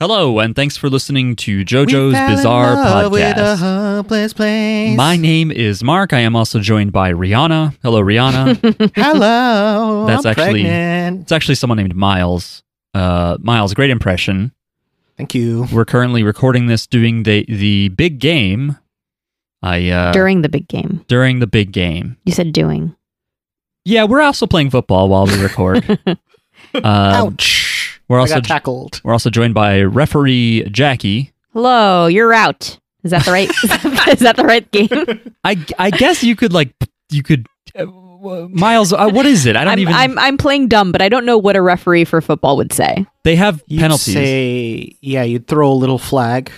Hello, and thanks for listening to JoJo's Bizarre Podcast. My name is Mark. I am also joined by Rihanna. Hello, Rihanna. Hello. That's I'm actually- pregnant. it's actually someone named Miles. Uh, Miles, great impression. Thank you. We're currently recording this doing the the big game. I uh, during the big game. during the big game. You said doing. Yeah, we're also playing football while we record. um, Ouch. we're I also got tackled. we're also joined by referee Jackie. Hello, you're out. Is that the right? is that the right game? I, I guess you could like you could uh, w- Miles. Uh, what is it? I don't I'm, even. I'm I'm playing dumb, but I don't know what a referee for football would say. they have You'd penalties. Say, yeah, you'd throw a little flag.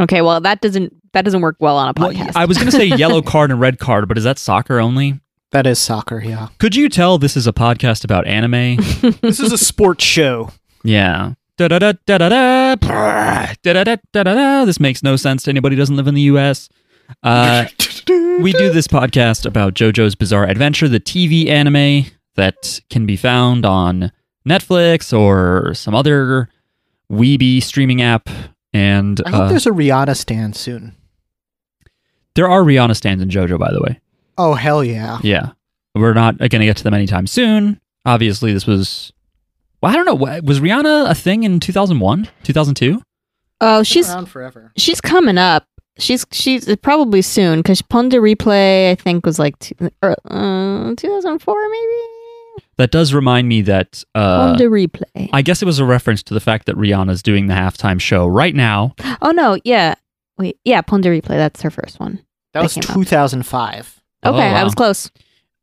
Okay, well that doesn't that doesn't work well on a Well, podcast. I was going to say yellow card and red card, but is that soccer only? That is soccer, yeah. Could you tell this is a podcast about anime? this is a sports show. yeah. Da da da da da da. Da da da da da. This makes no sense to anybody who doesn't live in the U.S. Uh, we do this podcast about JoJo's Bizarre Adventure, the TV anime that can be found on Netflix or some other weeby streaming app. And I hope uh, there's a Rihanna stand soon. there are Rihanna stands in JoJo, by the way. Oh, hell yeah. Yeah. We're not going to get to them anytime soon. Obviously, this was. Well, I don't know. wha- Was Rihanna a thing in 2001, 2002? oh, she's around forever. she's coming up. She's she's uh, probably soon because Ponda Replay I think was like two, or, uh, 2004 maybe. That does remind me that. Uh, Ponda Replay. I guess it was a reference to the fact that Rihanna's doing the halftime show right now. oh no, yeah, wait, yeah, Ponda Replay. That's her first one. That was That came out. 2005. Oh, Okay, I wow. was close.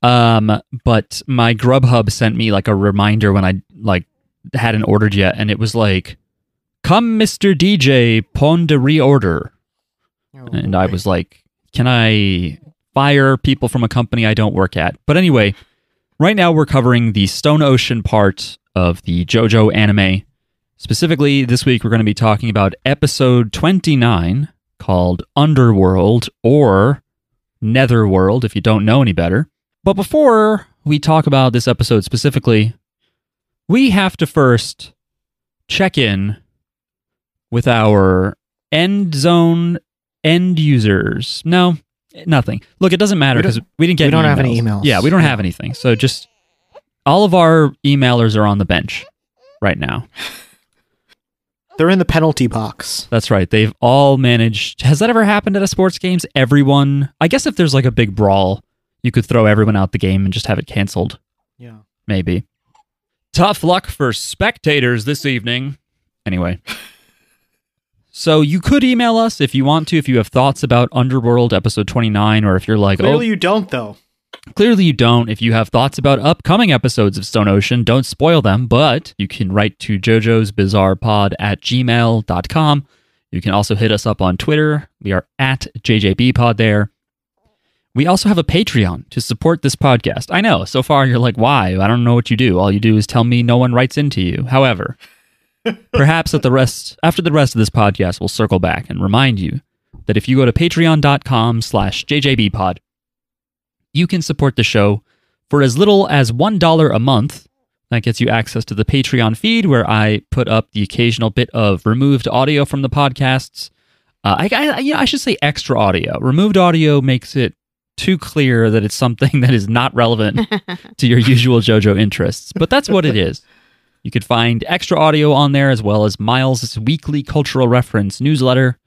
Um, but my Grubhub sent me like a reminder when I like hadn't ordered yet, and it was like, "Come, Mister DJ, pon de reorder." Oh, And I was like, can I fire people from a company I don't work at? But anyway, right now we're covering the Stone Ocean part of the JoJo anime. Specifically, this week we're going to be talking about episode 29 called Underworld or Netherworld if you don't know any better. But before we talk about this episode specifically, we have to first check in with our end zone end users. No, nothing. Look, it doesn't matter We don't- because we, didn't get we don't have any emails. Yeah, we don't have anything. So just all of our emailers are on the bench right now. They're in the penalty box. That's right. They've all managed. Has that ever happened at a sports games? Everyone. I guess if there's like a big brawl, you could throw everyone out the game and just have it canceled. Yeah. Maybe. Tough luck for spectators this evening. Anyway. So you could email us if you want to, if you have thoughts about Underworld episode 29, or if you're like, Clearly you don't, though. oh, clearly you don't. If you have thoughts about upcoming episodes of Stone Ocean, don't spoil them, but you can write to Jojo's Bizarre Pod at gmail.com. You can also hit us up on Twitter. We are at JJBpod there. We also have a Patreon to support this podcast. I know, so far you're like, why? I don't know what you do. All you do is tell me no one writes into you. However, perhaps at the rest after the rest of this podcast, we'll circle back and remind you that if you go to patreon.com slash JJBpod, you can support the show for as little as $1 a month. That gets you access to the Patreon feed where I put up the occasional bit of removed audio from the podcasts. Uh, I, I, you know, I should say extra audio. Removed audio makes it too clear that it's something that is not relevant to your usual JoJo interests, but that's what it is. You could find extra audio on there as well as Miles' weekly cultural reference newsletter.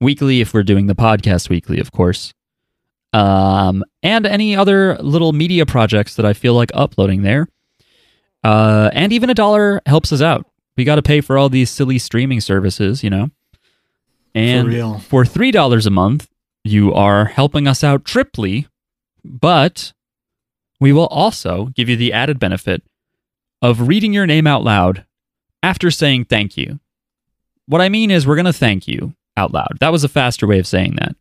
Weekly, if we're doing the podcast weekly, of course um, and any other little media projects that I feel like uploading there. Uh, and even a dollar helps us out. We got to pay for all these silly streaming services, you know. And real. for three dollars a month, you are helping us out triply. But we will also give you the added benefit of reading your name out loud after saying thank you. What I mean is, we're going to thank you out loud. That was a faster way of saying that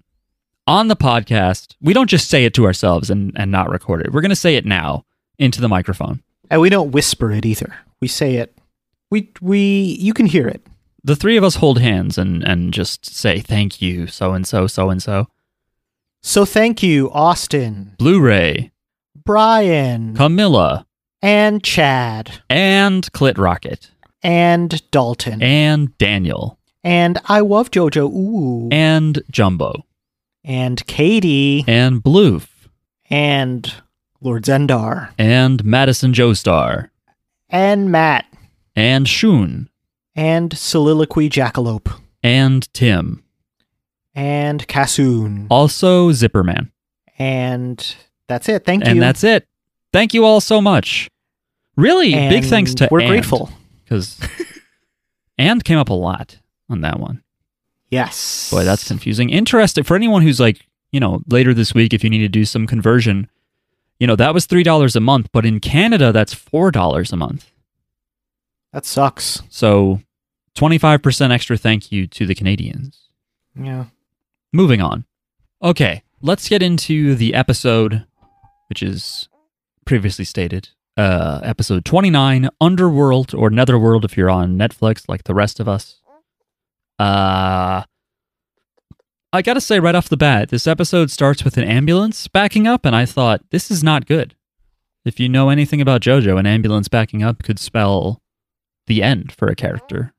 on the podcast, we don't just say it to ourselves and, and not record it. We're going to say it now into the microphone. And we don't whisper it either. We say it. We we you can hear it. The three of us hold hands and, and just say, thank you, so and so, so and so. So thank you, Austin, Blu ray, Brian, Camilla, and Chad. and Clit Rocket. and Dalton. And, and Daniel I love JoJo. Ooh. And, and Jumbo Katie. and Bloof And, Lord Zendar. and Madison Joestar And Matt. and Shun And Soliloquy Jackalope. and Tim. And Cassoon. Also Zipperman. And that's it. Thank and you. that's it. Thank you all so much. Really, big And thanks to We're And, grateful. because and came up a lot on that one. Yes. Boy, that's confusing. Interesting for anyone who's like, you know, later this week if you need to do some conversion, you know, that was three dollars a month, but in Canada that's four dollars a month. that sucks. So twenty five percent extra thank you to the Canadians. Yeah. Moving on. Okay, let's get into the episode, which is previously stated. Uh, episode 29, Underworld or Netherworld, if you're on Netflix, like the rest of us. Uh, I gotta say right off the bat, this episode starts with an ambulance backing up, and I thought, this is not good. If you know anything about JoJo, an ambulance backing up could spell the end for a character,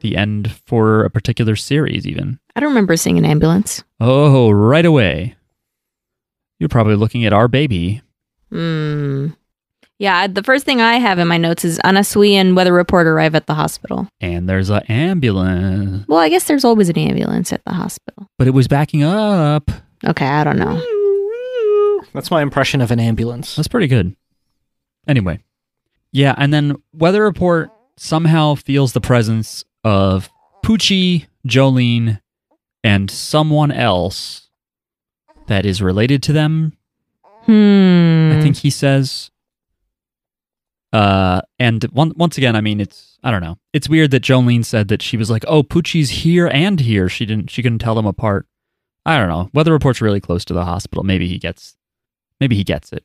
the end for a particular series, even. I don't remember seeing an ambulance. Oh, right away. You're probably looking at our baby. Hmm. Yeah, I- the first thing I have in my notes is Anasui and weather report arrive at the hospital. And there's an ambulance. Well, I guess there's always an ambulance at the hospital. But it was backing up. Okay, I don't know. That's my impression of an ambulance. That's pretty good. Anyway. Yeah, and then Weather Report somehow feels the presence of Poochie, Jolene, and someone else that is related to them Hmm. I think he says. Uh, and one, once again, I mean, it's I don't know. It's weird that Jolene said that she was like, "Oh, Poochie's here and here." She didn't. She couldn't tell them apart. I don't know. Weather report's really close to the hospital. Maybe he gets. Maybe he gets it.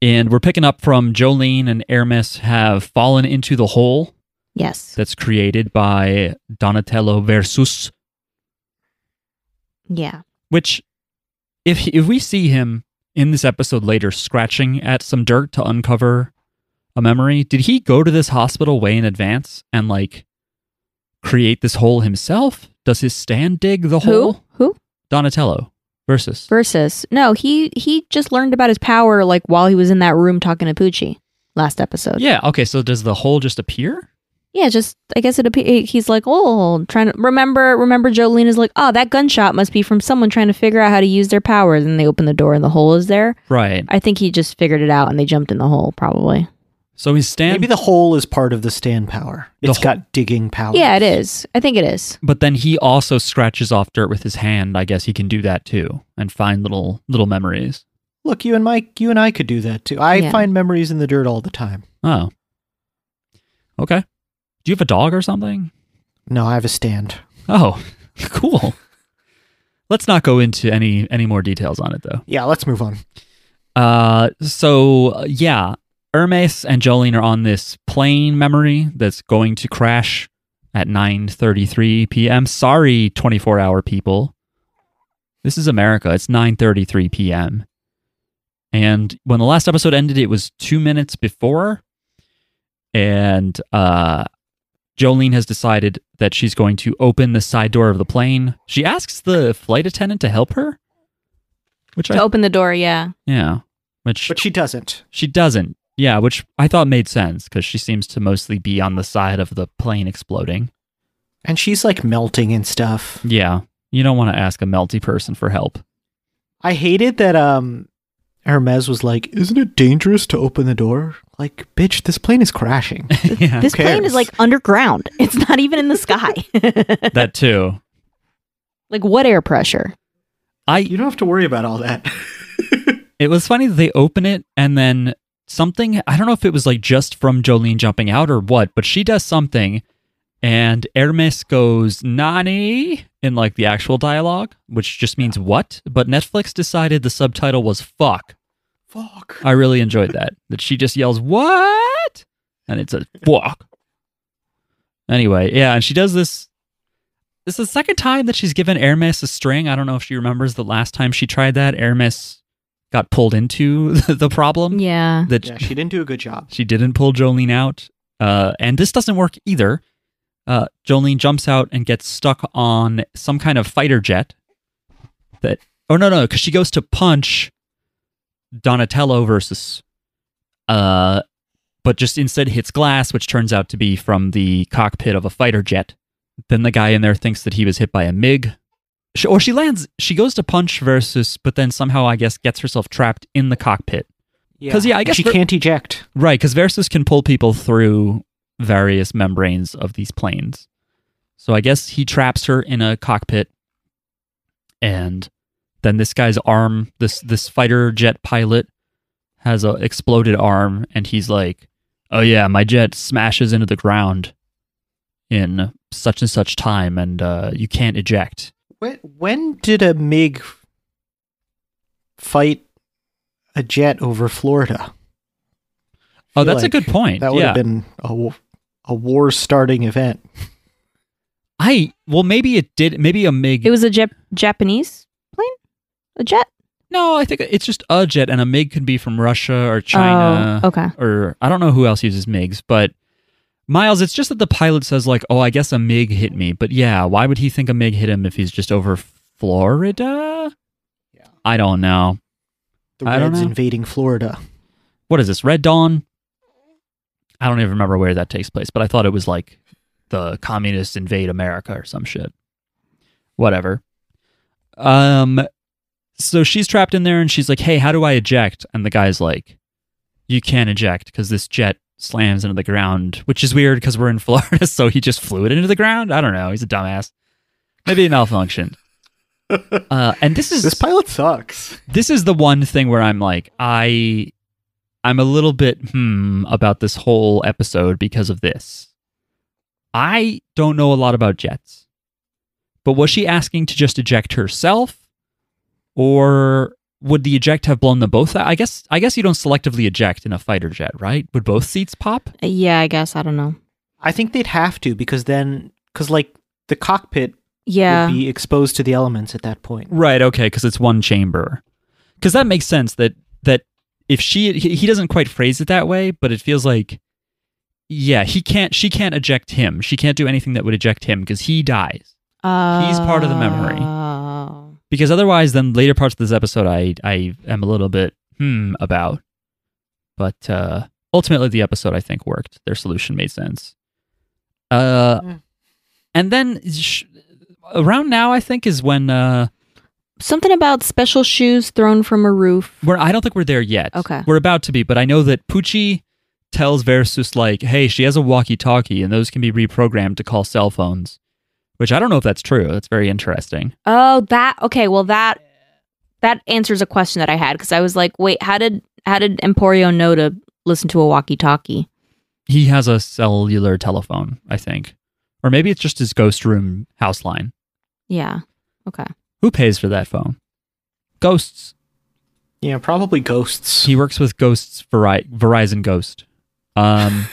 and we're picking up from Jolene and Aramis have fallen into the hole yes. that's created by Donatello versus Yeah. Which, if he, if we see him in this episode later scratching at some dirt to uncover a memory, did he go to this hospital way in advance and like create this hole himself? Does his stand dig the Who? hole? Who? Donatello versus. Versus. No, he he just learned about his power like while he was in that room talking to Poochie last episode. Yeah. Okay. So does the hole just appear? Yeah, just I guess it. appe- He's like, oh, trying to remember. Remember, Jolene is like, oh, that gunshot must be from someone trying to figure out how to use their powers. And they open the door, and the hole is there. Right. I think he just figured it out, and they jumped in the hole, probably. So his stand. Maybe the hole is part of the stand power. The It's hole- got digging power. Yeah, it is. I think it is. but then he also scratches off dirt with his hand. I guess he can do that too and find little little memories. Look, you and Mike, you and I could do that too. I Yeah. find memories in the dirt all the time. Oh. Okay. Do you have a dog or something? No, I have a stand. Oh, cool. Let's not go into any any more details on it though. Yeah, let's move on. Uh, so uh, yeah, Hermes and Jolene are on this plane memory that's going to crash at 9:33 p.m. Sorry, 24-hour people. This is America. It's 9:33 p.m. And when the last episode ended, it was two minutes before, and uh, Jolene has decided that she's going to open the side door of the plane. She asks the flight attendant to help her, which I To open the door, yeah. yeah. Which But she doesn't. she doesn't. Yeah, which I thought made sense because she seems to mostly be on the side of the plane exploding. And she's like melting and stuff. Yeah. You don't want to ask a melty person for help. I hated that um Hermes was like, Isn't it dangerous to open the door? Like, bitch, this plane is crashing. yeah. This plane cares? is like underground. It's not even in the sky. that too. like what air pressure? I you don't have to worry about all that. it was funny that they open it and then something I don't know if it was like just from Jolene jumping out or what, but she does something and Hermes goes Nani in like the actual dialogue, which just means what? But Netflix decided the subtitle was fuck. Fuck. I really enjoyed that. That she just yells, What? And it's a fuck. Anyway, yeah, and she does this. It's the second time that she's given Aramis a string. I don't know if she remembers the last time she tried that. Aramis got pulled into the problem. Yeah. That Yeah, she didn't do a good job. she didn't pull Jolene out. Uh, and this doesn't work either. Uh, Jolene jumps out and gets stuck on some kind of fighter jet. That oh no no because she goes to punch Donatello versus, uh, but just instead hits glass, which turns out to be from the cockpit of a fighter jet. Then the guy in there thinks that he was hit by a mig. She, or she lands, she goes to punch versus, but then somehow I guess gets herself trapped in the cockpit. 'Cause, yeah, I And guess she for- can't eject. Right, because Versus can pull people through various membranes of these planes. So I guess he traps her in a cockpit, and then this guy's arm, this this fighter jet pilot, has a exploded arm, and he's like, "Oh yeah, my jet smashes into the ground in such and such time, and uh, you can't eject." When when did a Mig fight a jet over Florida? Oh, feel that's a like good point. That would yeah. have been a, w- a war starting event. I well, maybe it did. Maybe a Mig. It was a Jap- Japanese plane? A jet? No, I think it's just a jet, and a MiG could be from Russia or China, Oh, okay. or I don't know who else uses MiGs. But Miles, it's just that the pilot says like, "Oh, I guess a MiG hit me," but yeah, why would he think a MiG hit him if he's just over Florida? Yeah. I don't know. The I don't Reds know. invading Florida. What is this? Red Dawn? I don't even remember where that takes place, but I thought it was like the communists invade America or some shit. Whatever. Um so she's trapped in there and she's like, "Hey, how do I eject?" And the guy's like, "You can't eject cuz this jet slams into the ground," which is weird cuz we're in Florida, so he just flew it into the ground. I don't know. He's a dumbass. Maybe he malfunctioned. uh, and this is This pilot sucks. this is the one thing where I'm like, I, I'm a little bit hmm about this whole episode because of this. I don't know a lot about jets, but was she asking to just eject herself, or would the eject have blown them both? out? I guess I guess you don't selectively eject in a fighter jet, right? Would both seats pop? Uh, Yeah, I guess. I don't know. I think they'd have to because then, because like the cockpit Yeah. would be exposed to the elements at that point. Right. Okay. Because it's one chamber. Because that makes sense. That that if she he he doesn't quite phrase it that way, but it feels like yeah he can't she can't eject him. She can't do anything that would eject him because he dies. He's part of the memory. Oh. Because otherwise, then later parts of this episode, I I am a little bit hmm about. But uh, ultimately, the episode I think worked. Their solution made sense. Uh, Mm. and then sh- around now, I think is when uh. Something about special shoes thrown from a roof. We're, I don't think we're there yet. Okay. We're about to be, but I know that Poochie tells Versus, like, hey, she has a walkie talkie and those can be reprogrammed to call cell phones, which I don't know if that's true. That's very interesting. Oh, that okay. Well, that that answers a question that I had because I was like, wait, how did how did Emporio know to listen to a walkie-talkie? He has a cellular telephone, I think. Or maybe it's just his ghost room house line. Yeah. Okay. Who pays for that phone? Ghosts. Yeah, probably ghosts. He works with Ghosts Veri- Verizon Ghost. Um,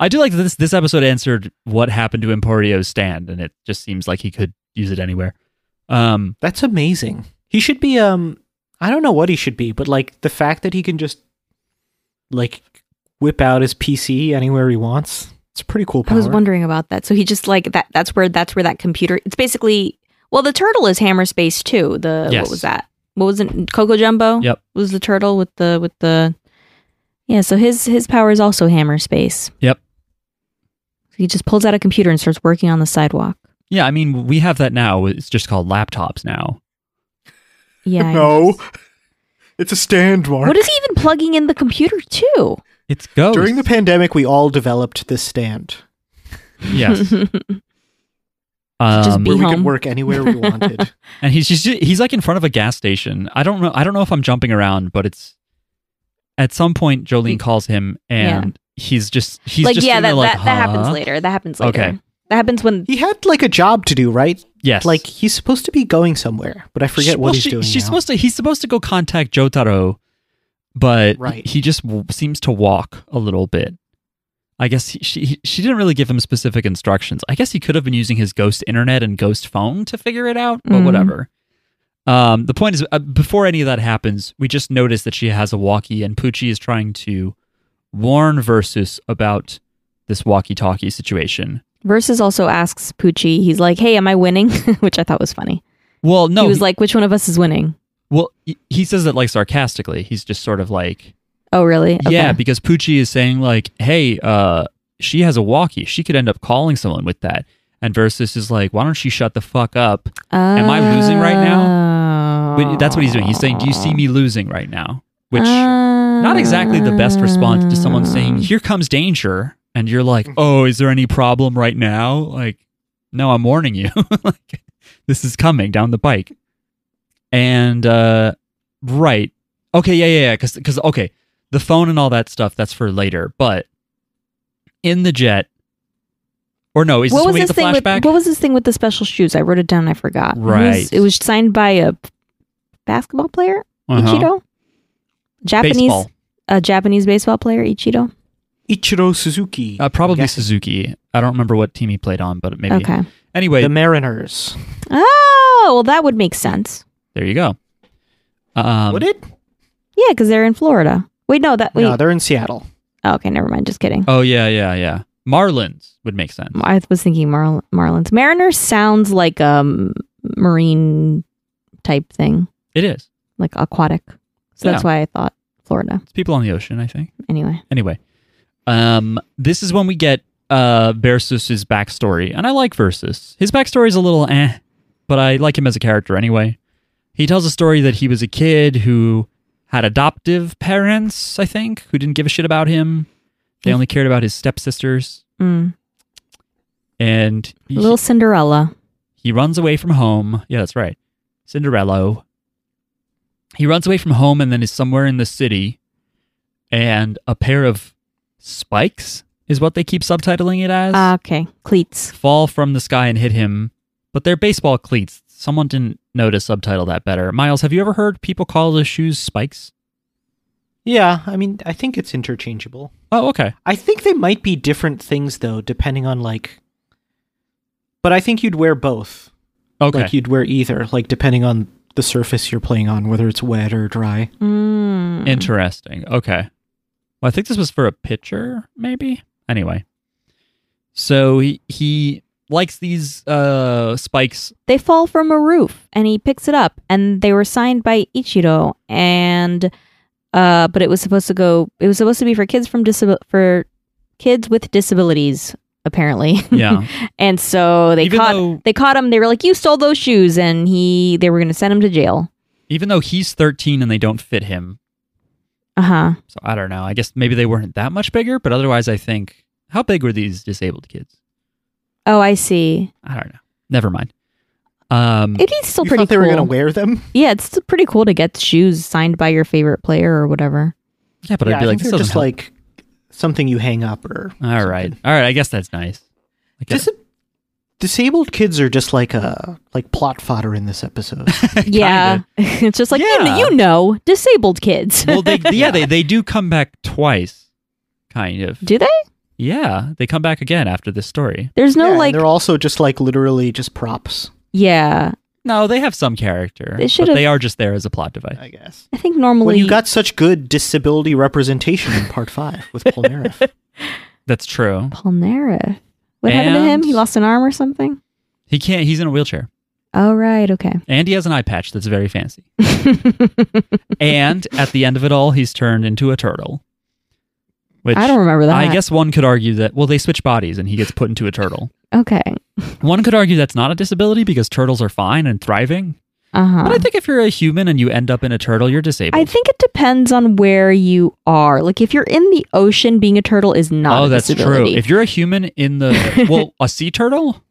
I do like that this. This episode answered what happened to Emporio's stand, and it just seems like he could use it anywhere. Um, That's amazing. He should be um I don't know what he should be, but like the fact that he can just like whip out his PC anywhere he wants. It's a pretty cool I power. was wondering about that. So he just like that. That's where that's where that computer. It's basically well, the turtle is Hammer Space too. The Yes. what was that? What was it? Coco Jumbo. Yep. Was the turtle with the with the yeah? So his his power is also Hammer Space. Yep. He just pulls out a computer and starts working on the sidewalk. Yeah, I mean, we have that now. It's just called laptops now. Yeah. I guess. It's a stand mark. What is he even plugging in the computer to? It's Ghost. During the pandemic we all developed this stand yes, Just um, be- where we home. could work anywhere we wanted. and he's just he's like in front of a gas station. I don't know. I don't know if I'm jumping around, but it's at some point Jolene calls him, and he's just he's like just yeah, in that, there like, that, that happens huh? later. That happens later. Okay. That happens when he had like a job to do, right? Yes, Like he's supposed to be going somewhere, but I She- forget what well, he's she- doing. She's now. supposed to. He's supposed to go contact Jotaro, but Right. he just w- seems to walk a little bit. I guess he, she he- she didn't really give him specific instructions. I guess he could have been using his ghost internet and ghost phone to figure it out, but Mm-hmm. Mhm. whatever. Um, the point is, uh, before any of that happens, we just notice that she has a walkie, and Poochie is trying to warn Versus about this walkie-talkie situation. Versus also asks Poochie, he's like, hey, am I winning? Which I thought was funny. Well, no, he was like, which one of us is winning? well, he- he says it like sarcastically. He's just sort of like, Oh, really? Okay. yeah, because Poochie is saying like, hey, uh, she has a walkie. She could end up calling someone with that. And Versus is like, why don't she shut the fuck up? am I losing right now? But that's what he's doing. He's saying, do you see me losing right now? Which Uh, not exactly the best response to Ah. someone saying, "Here comes danger," and you're like, Mm-hmm. "Oh, is there any problem right now?" Like, no, I'm warning you. like, this is coming down the pike. And uh, right, okay, yeah, yeah, yeah, because because okay, the phone and all that stuff that's for later. But in the jet, or no, is this what when was we get this the thing? With, flashback? what was this thing with the special shoes? I wrote it down. I forgot. It was- Right. It was, signed by a basketball player, Uh-huh. Ichido. Japanese, Baseball, a Japanese baseball player, Ichido. Ichiro Suzuki. uh, probably Okay. Suzuki. I don't remember what team he played on, but maybe. Okay. Anyway, the Mariners. Oh, well, that would make sense. there you go. Um, Would it? Yeah, because they're in Florida. Wait, no, that wait. No, they're in Seattle. oh, okay, never mind. Just kidding. Oh yeah, yeah, yeah. Marlins would make sense. I was thinking Marl- Marlins. Mariners sounds like um marine type thing, It is. like aquatic. So that's Yeah. why I thought Florida. It's people on the ocean, I think. Anyway, Anyway, um, this is when we get uh Versus's backstory, and I like Versus. His backstory is a little eh, but I like him as a character anyway. He tells a story that he was a kid who had adoptive parents, I think, who didn't give a shit about him. They only cared about his stepsisters, mm. and he, little Cinderella. He runs away from home. Yeah, that's right. Cinderello. He runs away from home and then is somewhere in the city. And a pair of spikes is what they keep subtitling it as Ah, okay, cleats. fall from the sky and hit him. But they're baseball cleats. Someone didn't know to subtitle that better. Miles, have you ever heard people call the shoes spikes? Yeah, I mean, I think it's interchangeable. Oh, okay. I think they might be different things though, depending on like. But I think you'd wear both. Okay. Like you'd wear either, like depending on the surface you're playing on, whether it's wet or dry. Mm-hmm. Mm. Interesting. Okay. Well, I think this was for a pitcher, maybe. Anyway, so he he likes these uh spikes. they fall from a roof, and he picks it up, and they were signed by Ichido, and uh, but it was supposed to go. It was supposed to be for kids from disabil for kids with disabilities, apparently. Yeah, and so they even caught though they caught him. They were like, "You stole those shoes," and he they were going to send him to jail. even though he's thirteen and they don't fit him. Uh huh. So I don't know. I guess maybe they weren't that much bigger, but otherwise, I think how big were these disabled kids? Oh, I see. I don't know. Never mind. Um, It is still you pretty thought they cool. were gonna wear them? yeah, it's still pretty cool to get shoes signed by your favorite player or whatever. yeah, but yeah, I'd be I like, think this they're doesn't just help. like something you hang up or. all right, all right. I guess that's nice. I guess Dis- disabled kids are just like a like plot fodder in this episode. yeah, it's just like you kn- Yeah. you know, disabled kids. well, they yeah they they do come back twice, kind of. Do they? Yeah, they come back again after this story. There's Yeah, no and like. they're also just like literally just props, yeah, No, they have some character. They but should've- they are just there as a plot device. I guess. I think normally. Well, you got such good disability representation in part five with Polnareff. That's true. Polnareff. What happened to him? And- He lost an arm or something. He can't. He's in a wheelchair, Oh right, okay. and he has an eye patch that's very fancy. and at the end of it all, he's turned into a turtle. Which I don't remember that. I guess one could argue that well, they switch bodies and he gets put into a turtle. Okay. One could argue that's not a disability because turtles are fine and thriving. Uh huh. But I think if you're a human and you end up in a turtle, you're disabled. I think it depends on where you are. Like if you're in the ocean, being a turtle is not. oh, a that's disability. true. If you're a human in the well, a sea turtle,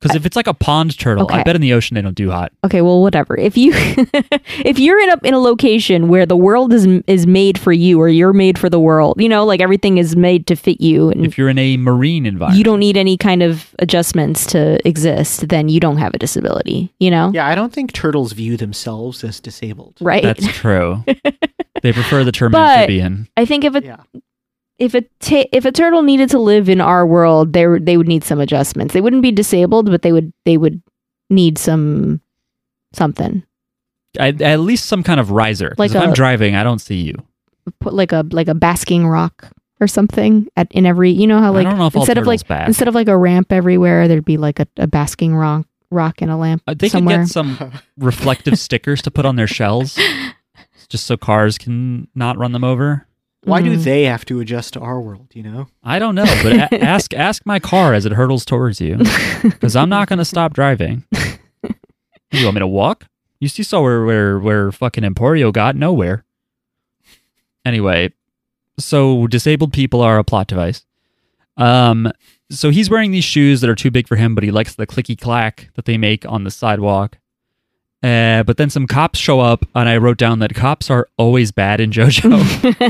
because if it's like a pond turtle, I Okay. bet in the ocean they don't do hot. okay, well, whatever. If you if you're in a in a location where the world is is made for you, or you're made for the world, you know, like everything is made to fit you, and If you're in a marine environment, Mm. you don't need any kind of adjustments to exist, then you don't have a disability. You know, yeah, I don't think turtles view themselves as disabled. right? that's true. they prefer the term But- amphibian. I think if a Yeah. if a ta- if a turtle needed to live in our world, they were- they would need some adjustments. They wouldn't be disabled, but they would they would need some something At, at least some kind of riser. 'Cause Like if i I'm a- driving, I don't see you. put like a like a basking rock or something at in every you know how like I don't know if instead all of like turtles back. instead of like a ramp everywhere there'd be like a, a basking rock rock and a lamp Uh, they somewhere. could get some reflective stickers to put on their shells, just so cars can not run them over. Why do Mm. they have to adjust to our world? You know, I don't know, but a- ask ask my car as it hurtles towards you, because I'm not going to stop driving. You want me to walk? You see, saw where where where fucking Emporio got nowhere. Anyway, so disabled people are a plot device. Um, so he's wearing these shoes that are too big for him, but he likes the clicky clack that they make on the sidewalk. Uh, but then some cops show up, and I wrote down that cops are always bad in JoJo.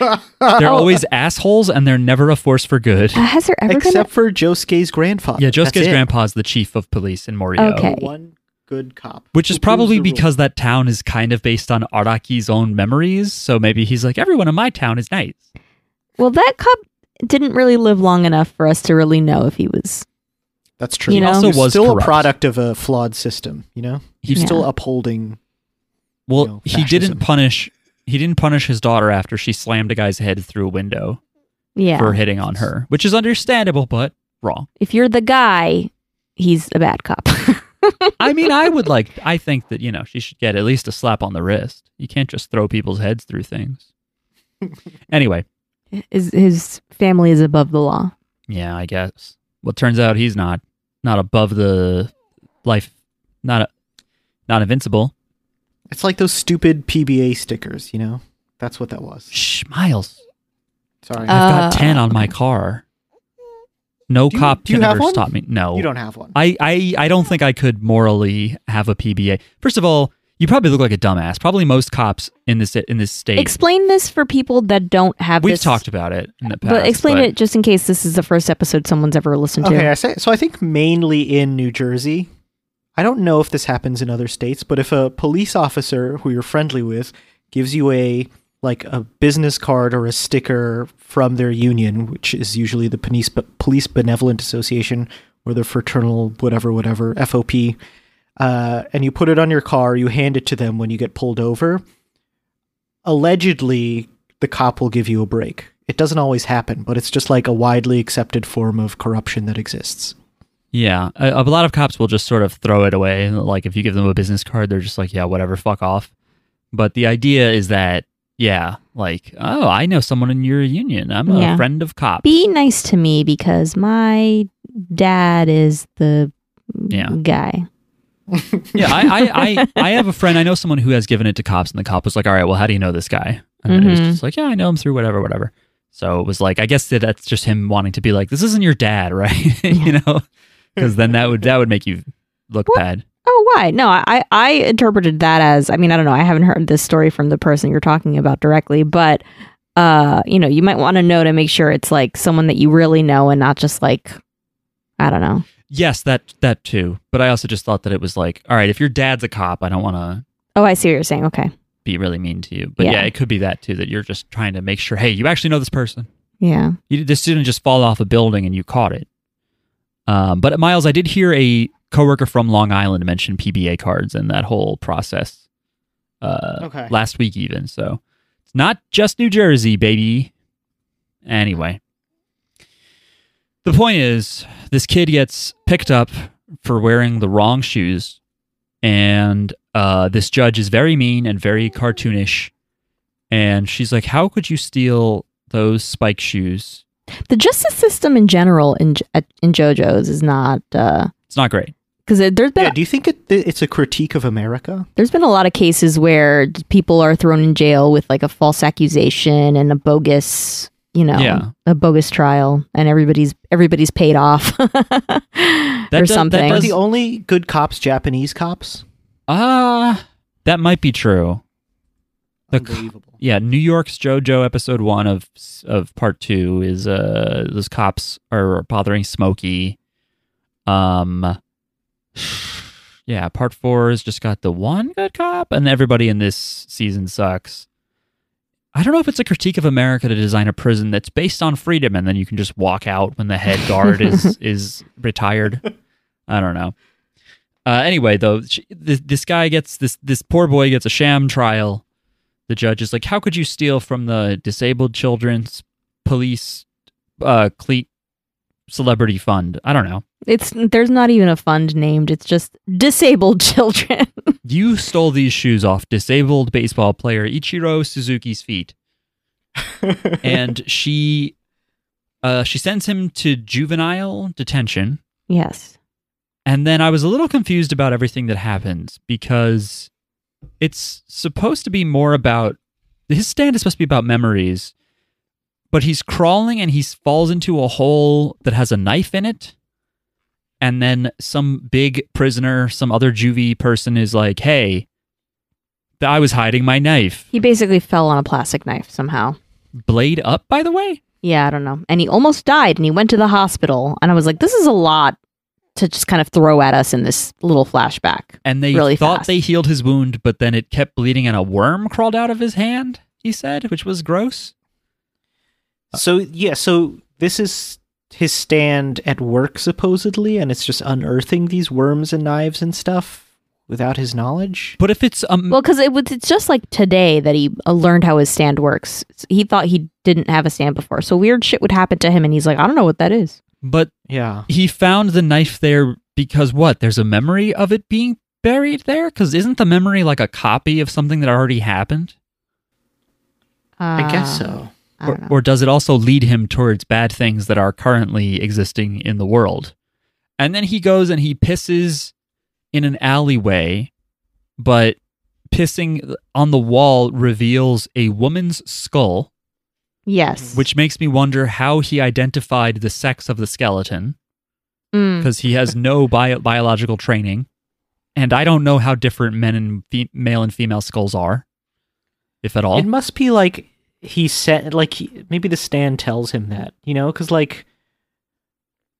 Uh, they're always assholes, and they're never a force for good. Uh, has there ever been except for Josuke's grandfather. Yeah, That's Josuke's it. grandpa's the chief of police in Morio. Okay. One good cop, Which is who proves probably the rule. because that town is kind of based on Araki's own memories. So maybe he's like, everyone in my town is nice. Well, that cop didn't really live long enough for us to really know if he was. that's true. you know- also He's was still corrupt. a product of a flawed system. You know, he's Yeah. still upholding. Well, know, he didn't fascism. punish he didn't punish his daughter after she slammed a guy's head through a window Yeah. for hitting on her, which is understandable, but wrong. if you're the guy, he's a bad cop. I mean, I would like I think that, you know, she should get at least a slap on the wrist. You can't just throw people's heads through things. anyway, his, his family is above the law. Yeah, I guess. Well, it turns out he's not not above the life, not a, not invincible. It's like those stupid PBA stickers. You know, that's what that was. Shh, Miles. Sorry, Uh, I've got ten on my car. No Do you- cop do you can have ever one? stop me. No, you don't have one. I, I I don't think I could morally have a PBA. First of all, you probably look like a dumbass. Probably most cops in this in this state. Explain this for people that don't have We've this- talked about it in the past. but explain it just in case this is the first episode someone's ever listened to. Okay, I say so. I think mainly in New Jersey. I don't know if this happens in other states, but if a police officer who you're friendly with gives you a like a business card or a sticker from their union, which is usually the police police benevolent association or the fraternal whatever whatever FOP, uh, and you put it on your car, you hand it to them when you get pulled over. Allegedly, the cop will give you a break. It doesn't always happen, but it's just like a widely accepted form of corruption that exists. Yeah, a, a lot of cops will just sort of throw it away. Like if you give them a business card, they're just like, yeah, whatever, fuck off. But the idea is that, yeah, like, oh, I know someone in your union. I'm a Yeah. friend of cops. Be nice to me because my dad is the Yeah. guy. yeah, I, I, I, I have a friend. I know someone who has given it to cops, and the cop was like, all right, well, how do you know this guy? And then it was Mhm. just like, yeah, I know him through whatever, whatever. So it was like, I guess that that's just him wanting to be like, this isn't your dad, right? you know, because then that would that would make you look What? bad. Oh, why? No, I, I interpreted that as I mean, I don't know. I haven't heard this story from the person you're talking about directly, but uh, you know, you might want to know to make sure it's like someone that you really know and not just like I don't know. Yes, that that too. But I also just thought that it was like, all right, if your dad's a cop, I don't want to Oh, I see what you're saying. Okay. be really mean to you. But yeah. Yeah. it could be that too that you're just trying to make sure, hey, you actually know this person. Yeah. You, this didn't just fall off a building and you caught it. Um, but Miles, I did hear a coworker from Long Island mention PBA cards and that whole process uh, Okay. last week, even. So it's not just New Jersey, baby. Anyway, the point is, this kid gets picked up for wearing the wrong shoes, and uh, this judge is very mean and very cartoonish. And she's like, "How could you steal those spike shoes? The justice system in general in J- at- in JoJo's is not uh It's not great." because there's been Yeah, do you think it, it's a critique of America? There's been a lot of cases where d- people are thrown in jail with like a false accusation and a bogus, you know, Yeah. a bogus trial, and everybody's everybody's paid off or does- that something. Are does- the only good cops Japanese cops? Ah, that might be true. The co- Unbelievable. Yeah, New York's JoJo episode one of of part two is uh those cops are bothering Smokey. Um, yeah, part four has just got the one good cop, and everybody in this season sucks. I don't know if it's a critique of America to design a prison that's based on freedom, and then you can just walk out when the head guard is is retired. I don't know. Uh, anyway, though, sh- this, this guy gets this this poor boy gets a sham trial the judge is like, "How could you steal from the disabled children's police uh, cleat celebrity fund. I don't know. It's there's not even a fund named. It's just disabled children. You stole these shoes off disabled baseball player Ichiro Suzuki's feet, and she, uh, she sends him to juvenile detention. yes. And then I was a little confused about everything that happens because it's supposed to be more about his stand is supposed to be about memories, but he's crawling and he falls into a hole that has a knife in it. And then some big prisoner, some other juvie person is like, hey, th- I was hiding my knife. He basically fell on a plastic knife somehow. Blade up, by the way? Yeah, I don't know. And he almost died and he went to the hospital. And I was like, this is a lot to just kind of throw at us in this little flashback. And they Really thought fast. they healed his wound, but then it kept bleeding and a worm crawled out of his hand, he said, which was gross. so yeah, so this is his stand at work supposedly, and it's just unearthing these worms and knives and stuff without his knowledge. But if it's um, Well, because it was it's just like today that he uh, learned how his stand works. He thought he didn't have a stand before, so weird shit would happen to him, and he's like, I don't know what that is. but Yeah. he found the knife there because what? There's a memory of it being buried there because isn't the memory like a copy of something that already happened? I guess Uh, so. I Or, don't know. or does it also lead him towards bad things that are currently existing in the world? And then he goes and he pisses in an alleyway, but pissing on the wall reveals a woman's skull, yes. which makes me wonder how he identified the sex of the skeleton. Mm. because he has no bio- biological training, and I don't know how different men and fe- male and female skulls are, if at all. It must be like he said, like he, maybe the stand tells him that, you know, because like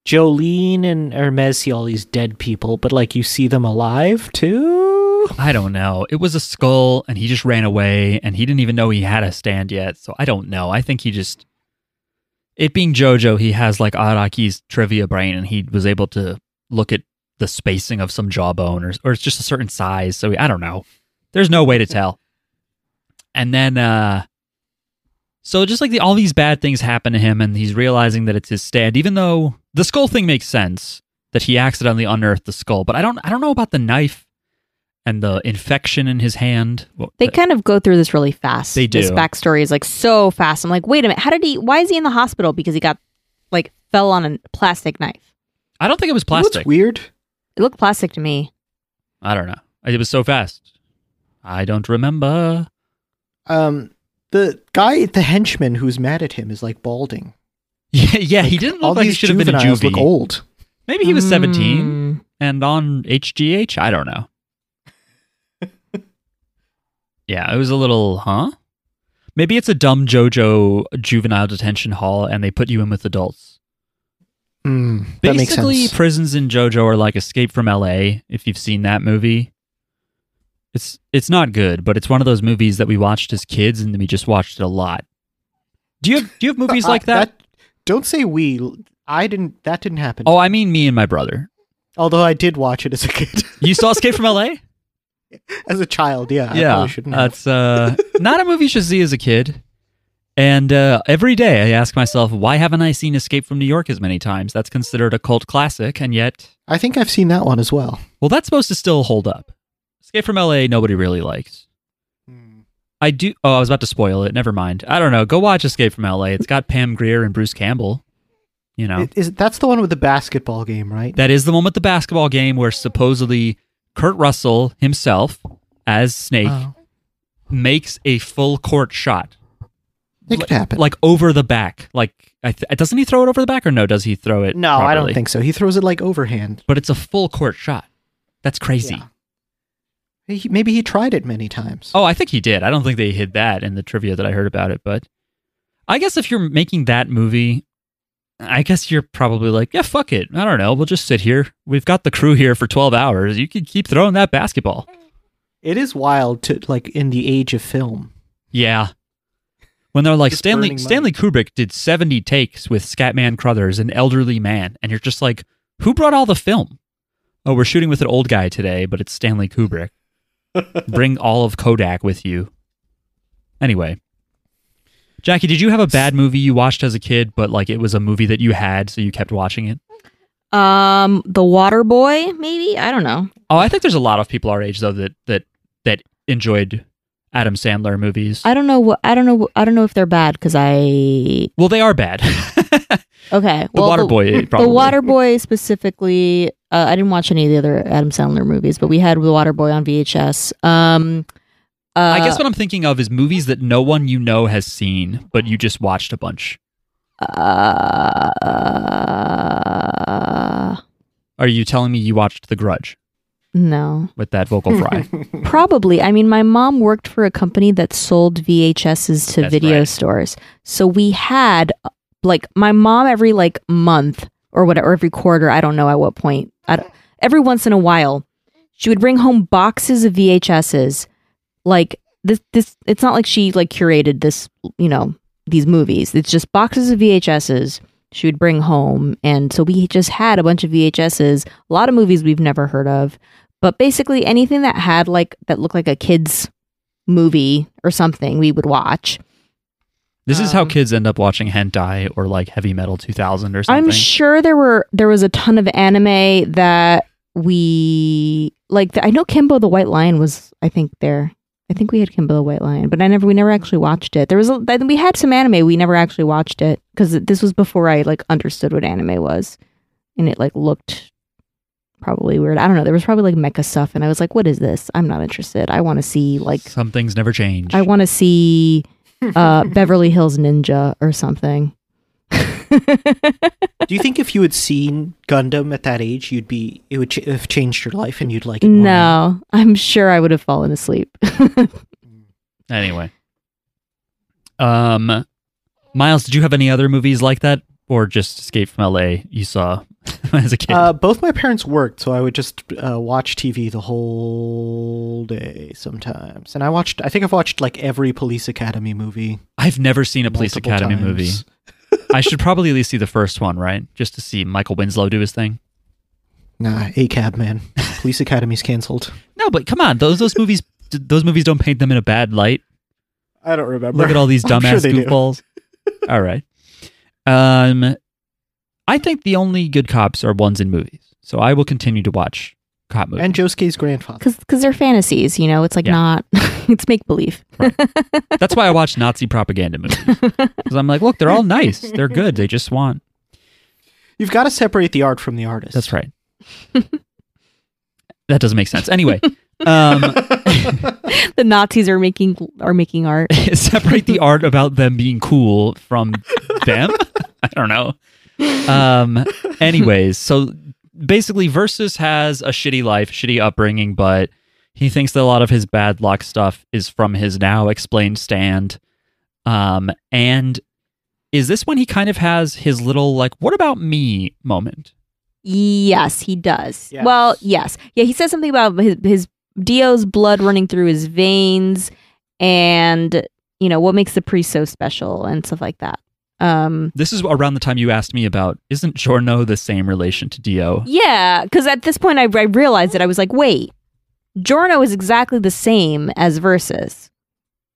Jolene and Hermes see all these dead people, but like you see them alive too. I don't know. It was a skull, and he just ran away, and he didn't even know he had a stand yet. So I don't know. I think he just, it being JoJo, he has like Araki's trivia brain, and he was able to look at the spacing of some jawbone, or or it's just a certain size. So I don't know. There's no way to tell. And then, uh so just like the, all these bad things happen to him, and he's realizing that it's his stand, even though the skull thing makes sense that he accidentally unearthed the skull. But I don't, I don't know about the knife and the infection in his hand. Well, They th- kind of go through this really fast. They This do. backstory is like so fast. I'm like, wait a minute, how did he? Why is he in the hospital? Because he got like fell on a plastic knife. I don't think it was You know what's plastic. weird. It looked plastic to me. I don't know. It was so fast. I don't remember. Um, the guy, the henchman who's mad at him is like balding. Yeah, yeah. he didn't all look like he these should have been a juveniles juvie. look old. Hmm. Maybe he was seventeen. Mm. and on HGH, I don't know. yeah, it was a little, huh? Maybe it's a dumb JoJo juvenile detention hall and they put you in with adults. Mm, that makes Basically, sense. prisons in JoJo are like Escape from LA, if you've seen that movie. It's it's not good, but it's one of those movies that we watched as kids and we just watched it a lot. Do you have do you have movies I- like that? Don't say we. I didn't. That didn't happen. Oh, I mean me and my brother. Although I did watch it as a kid, You saw Escape from LA? as a child. Yeah. I yeah, probably shouldn't have. that's uh, not a movie you should see as a kid. And uh, every day I ask myself, why haven't I seen Escape from New York as many times? That's considered a cult classic, and yet, I think I've seen that one as well. well, that's supposed to still hold up. Escape from LA, nobody really likes. I do. Oh, I was about to spoil it. Never mind. I don't know. Go watch Escape from LA. It's got Pam Grier and Bruce Campbell. You know, It- is- that's the one with the basketball game, right? That is the one with the basketball game where supposedly Kurt Russell himself, as Snake, Oh. makes a full court shot. It could happen. like over the back. Like I th- doesn't he throw it over the back or no? Does he throw it? no, I don't properly? think so. He throws it like overhand. But it's a full court shot. That's crazy. Yeah. He, maybe he tried it many times. Oh, I think he did. I don't think they hid that in the trivia that I heard about it. But I guess if you're making that movie, I guess you're probably like, yeah, fuck it. I don't know. We'll just sit here. We've got the crew here for twelve hours. You could keep throwing that basketball. It is wild to like in the age of film. Yeah. When they're like Just Stanley burning money. Stanley Kubrick did 70 takes with Scatman Crothers, an elderly man, and you're just like, who brought all the film? Oh, we're shooting with an old guy today, but it's Stanley Kubrick. Bring all of Kodak with you. Anyway, Jackie, did you have a bad movie you watched as a kid, but like it was a movie that you had, so you kept watching it? Um, The Water Boy, maybe I don't know. Oh, I think there's a lot of people our age though that that that enjoyed Adam Sandler movies. I don't know what I don't know. I don't know if they're bad because I well, they are bad. the okay. well, Water Boy, eh, probably. The Water Boy specifically. Uh, I didn't watch any of the other Adam Sandler movies, but we had The Water Boy on VHS. Um, uh, I guess what I'm thinking of is movies that no one you know has seen, but you just watched a bunch. Uh, Are you telling me you watched The Grudge no, with that vocal fry? probably. I mean, my mom worked for a company that sold VHSs to That's video right. stores, so we had uh, like my mom every like month or whatever, every quarter. I don't know at what point. I don't- every once in a while, she would bring home boxes of VHSs. Like this, this. It's not like she like curated this. You know, these movies. It's just boxes of VHSs she would bring home. And so we just had a bunch of VHSs, a lot of movies we've never heard of, but basically anything that had like, that looked like a kid's movie or something we would watch. this is how Um, kids end up watching hentai or like heavy metal 2000 or something. I'm sure there were, there was a ton of anime that we, like, I know Kimbo the White Lion was, I think, there. I think we had Kimbo the White Lion, but I never, we never actually watched it. There was, a, we had some anime, we never actually watched it because this was before I like understood what anime was. and it like looked probably weird. I don't know. There was probably like mecha stuff, and I was like, "What is this? I'm not interested. I want to see like some things never change. I want to see uh, Beverly Hills Ninja or something." Do you think if you had seen Gundam at that age, you'd be it would ch- have changed your life and you'd like it more now? no, I'm sure I would have fallen asleep. anyway. Um Miles, did you have any other movies like that or just Escape from LA you saw as a kid? Uh, both my parents worked, so I would just uh, watch TV the whole day sometimes. And I watched, I think I've watched like every Police Academy movie. I've never seen a Police multiple Academy times. movie. I should probably at least see the first one, right? Just to see Michael Winslow do his thing. Nah, A cab man. Police Academy's canceled. No, but come on, those those movies those movies don't paint them in a bad light. I don't remember. Look at all these I'm sure dumbass they do. goofballs. all right. Um, I think the only good cops are ones in movies, so I will continue to watch cop movies. And Josuke's grandfather. Because they're fantasies, you know. It's like Yeah. not. it's make believe. That's why I watch Nazi propaganda movies because I'm like, look, they're all nice, they're good, they just want. You've got to separate the art from the artist. That's right. that doesn't make sense. Anyway, um, the Nazis are making are making art. separate the art about them being cool from them. I don't know. Um. Anyways, so basically, Versus has a shitty life, shitty upbringing, but he thinks that a lot of his bad luck stuff is from his now explained stand. Um. And is this when he kind of has his little like, "What about me?" moment? Yes, he does. Yes. Well, yes. Yeah, he says something about his, his Dio's blood running through his veins and, you know, what makes the priest so special and stuff like that. Um This is around the time you asked me about. Isn't Jorno the same relation to Dio? yeah, because at this point I, I realized that I was like, wait, Jorno is exactly the same as Versus.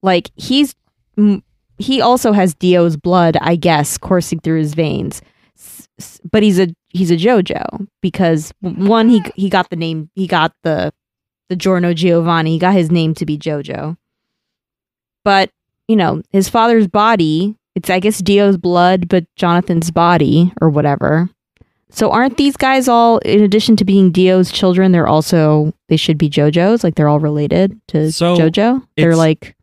Like he's m- he also has Dio's blood, I guess, coursing through his veins. S- s- But he's a he's a JoJo because w- one he he got the name he got the the Giorno Giovanni he got his name to be JoJo. But you know his father's body it's I guess Dio's blood but Jonathan's body or whatever. So aren't these guys all in addition to being Dio's children they're also they should be JoJo's like they're all related to So, JoJo? They're it's- like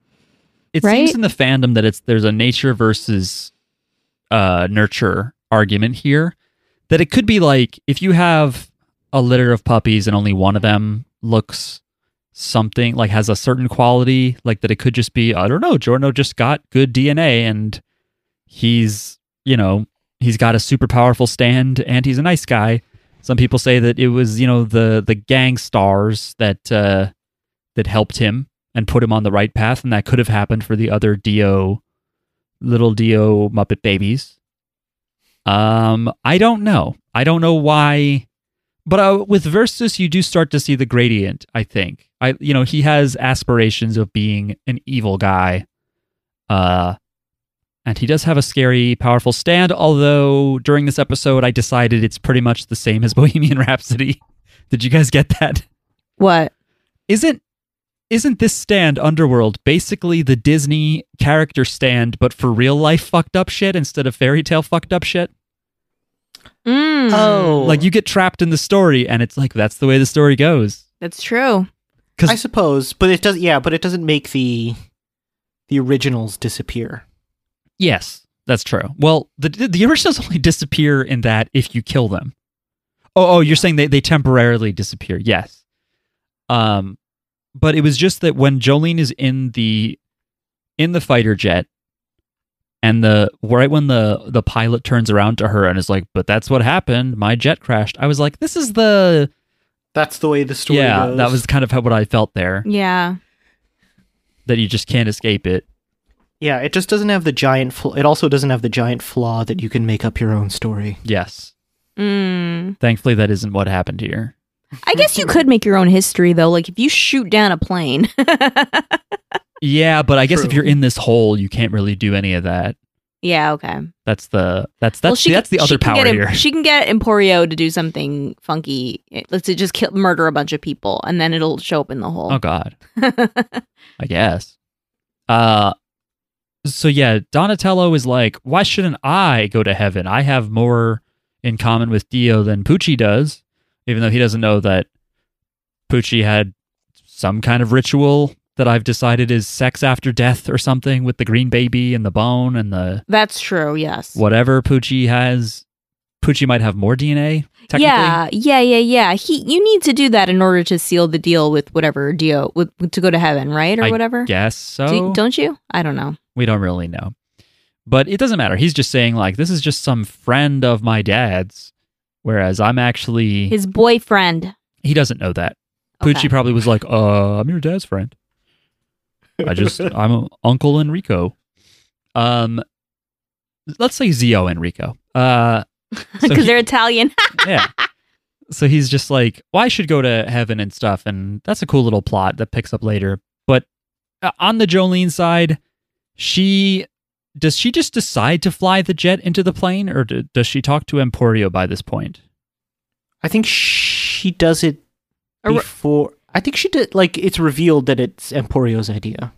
it seems right? in the fandom that it's there's a nature versus uh nurture argument here that it could be like if you have a litter of puppies and only one of them looks something like has a certain quality like that it could just be i don't know jorno just got good dna and he's you know he's got a super powerful stand and he's a nice guy some people say that it was you know the the gang stars that uh that helped him and put him on the right path, and that could have happened for the other Dio, little Dio Muppet babies. Um, I don't know. I don't know why, but uh, with Versus, you do start to see the gradient. I think I, you know, he has aspirations of being an evil guy, uh, And he does have a scary, powerful stand, although during this episode, I decided it's pretty much the same as Bohemian Rhapsody. Did you guys get that? What? Isn't isn't this stand Underworld basically the Disney character stand, but for real life fucked up shit instead of fairy tale fucked up shit? Mm, Oh. Like you get trapped in the story, and it's like that's the way the story goes. that's true. I suppose, but it does. Yeah, but it doesn't make the the originals disappear. Yes, that's true. Well, the the originals only disappear in that if you kill them. Oh, oh, you're saying they, they temporarily disappear. Yes. Um but it was just that when Jolene is in the in the fighter jet and the right when the the pilot turns around to her and is like, "But that's what happened. My jet crashed." I was like, "This is the That's the way the story Yeah, goes. that was kind of how, what I felt there Yeah. that you just can't escape it." Yeah, it just doesn't have the giant. Fl- it also doesn't have the giant flaw that you can make up your own story. Yes. Mm. Thankfully that isn't what happened here. I guess you could make your own history though. Like if you shoot down a plane. Yeah, but I guess if True. you're in this hole, you can't really do any of that. yeah. Okay. That's the that's Well, that's the, can- that's the other she can power get em- here. She can get Emporio to do something funky. Let's say just kill, murder a bunch of people, and then it'll show up in the hole. Oh God, I guess. Uh, so yeah, Donatello is like, why shouldn't I go to heaven? I have more in common with Dio than Pucci does, even though he doesn't know that Pucci had some kind of ritual that I've decided is sex after death or something with the green baby and the bone and the That's true. Yes. whatever Pucci has. Pucci might have more DNA. Technically. Yeah, yeah, yeah, yeah. He, you need to do that in order to seal the deal with whatever deal with, to go to heaven, right, or I whatever. Guess so. Do you- don't you? I don't know. we don't really know. But it doesn't matter. He's just saying like this is just some friend of my dad's, whereas I'm actually His boyfriend. he doesn't know that. Okay. Pucci probably was like, "Uh, I'm your dad's friend. I just I'm Uncle Enrico." Um, let's say Zio Enrico. Uh, so because he- they're Italian. yeah. So he's just like, well, I should go to heaven and stuff. And that's a cool little plot that picks up later. But uh, on the Jolene side, she does she just decide to fly the jet into the plane or d- does she talk to Emporio by this point? I think she does it Or- before. I think she did. Like it's revealed that it's Emporio's idea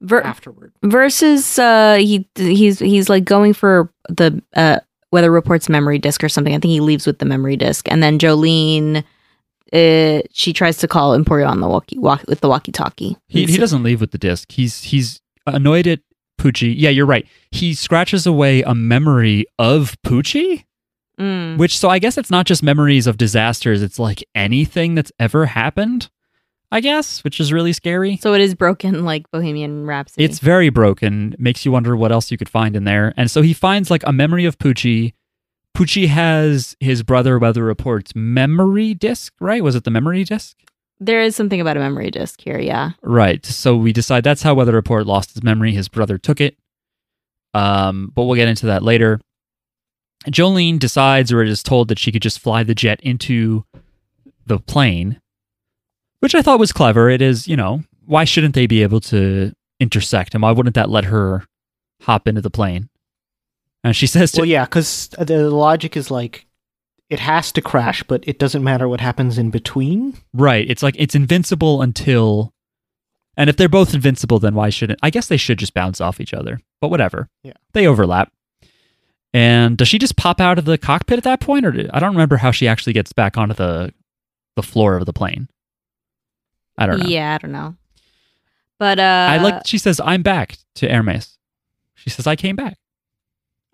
Ver- afterward. versus, uh, he he's he's like going for the uh, weather reports memory disk or something. I think he leaves with the memory disk, and then Jolene, uh, she tries to call Emporio on the walkie walk with the walkie talkie. He, he doesn't leave with the disc. He's he's annoyed at Poochie. Yeah, you're right. He scratches away a memory of Poochie. Mm. Which, so I guess it's not just memories of disasters. It's like anything that's ever happened, I guess, which is really scary. So it is broken like Bohemian Rhapsody. It's very broken. Makes you wonder what else you could find in there. And so he finds like a memory of Poochie. Poochie has his brother Weather Report's memory disc, right? Was it the memory disc? there is something about a memory disk here. Yeah. Right. So we decide that's how Weather Report lost his memory. His brother took it. Um, but we'll get into that later. Jolene decides or is told that she could just fly the jet into the plane, which I thought was clever. It is, you know, why shouldn't they be able to intersect? And why wouldn't that let her hop into the plane? And she says to Well, yeah, because the logic is like it has to crash, but it doesn't matter what happens in between. Right. It's like it's invincible until and if they're both invincible, then why shouldn't I guess they should just bounce off each other. But whatever. Yeah. They overlap. And does she just pop out of the cockpit at that point or do- I don't remember how she actually gets back onto the the floor of the plane. I don't know. Yeah, I don't know. But uh I like she says I'm back to Hermes. She says I came back.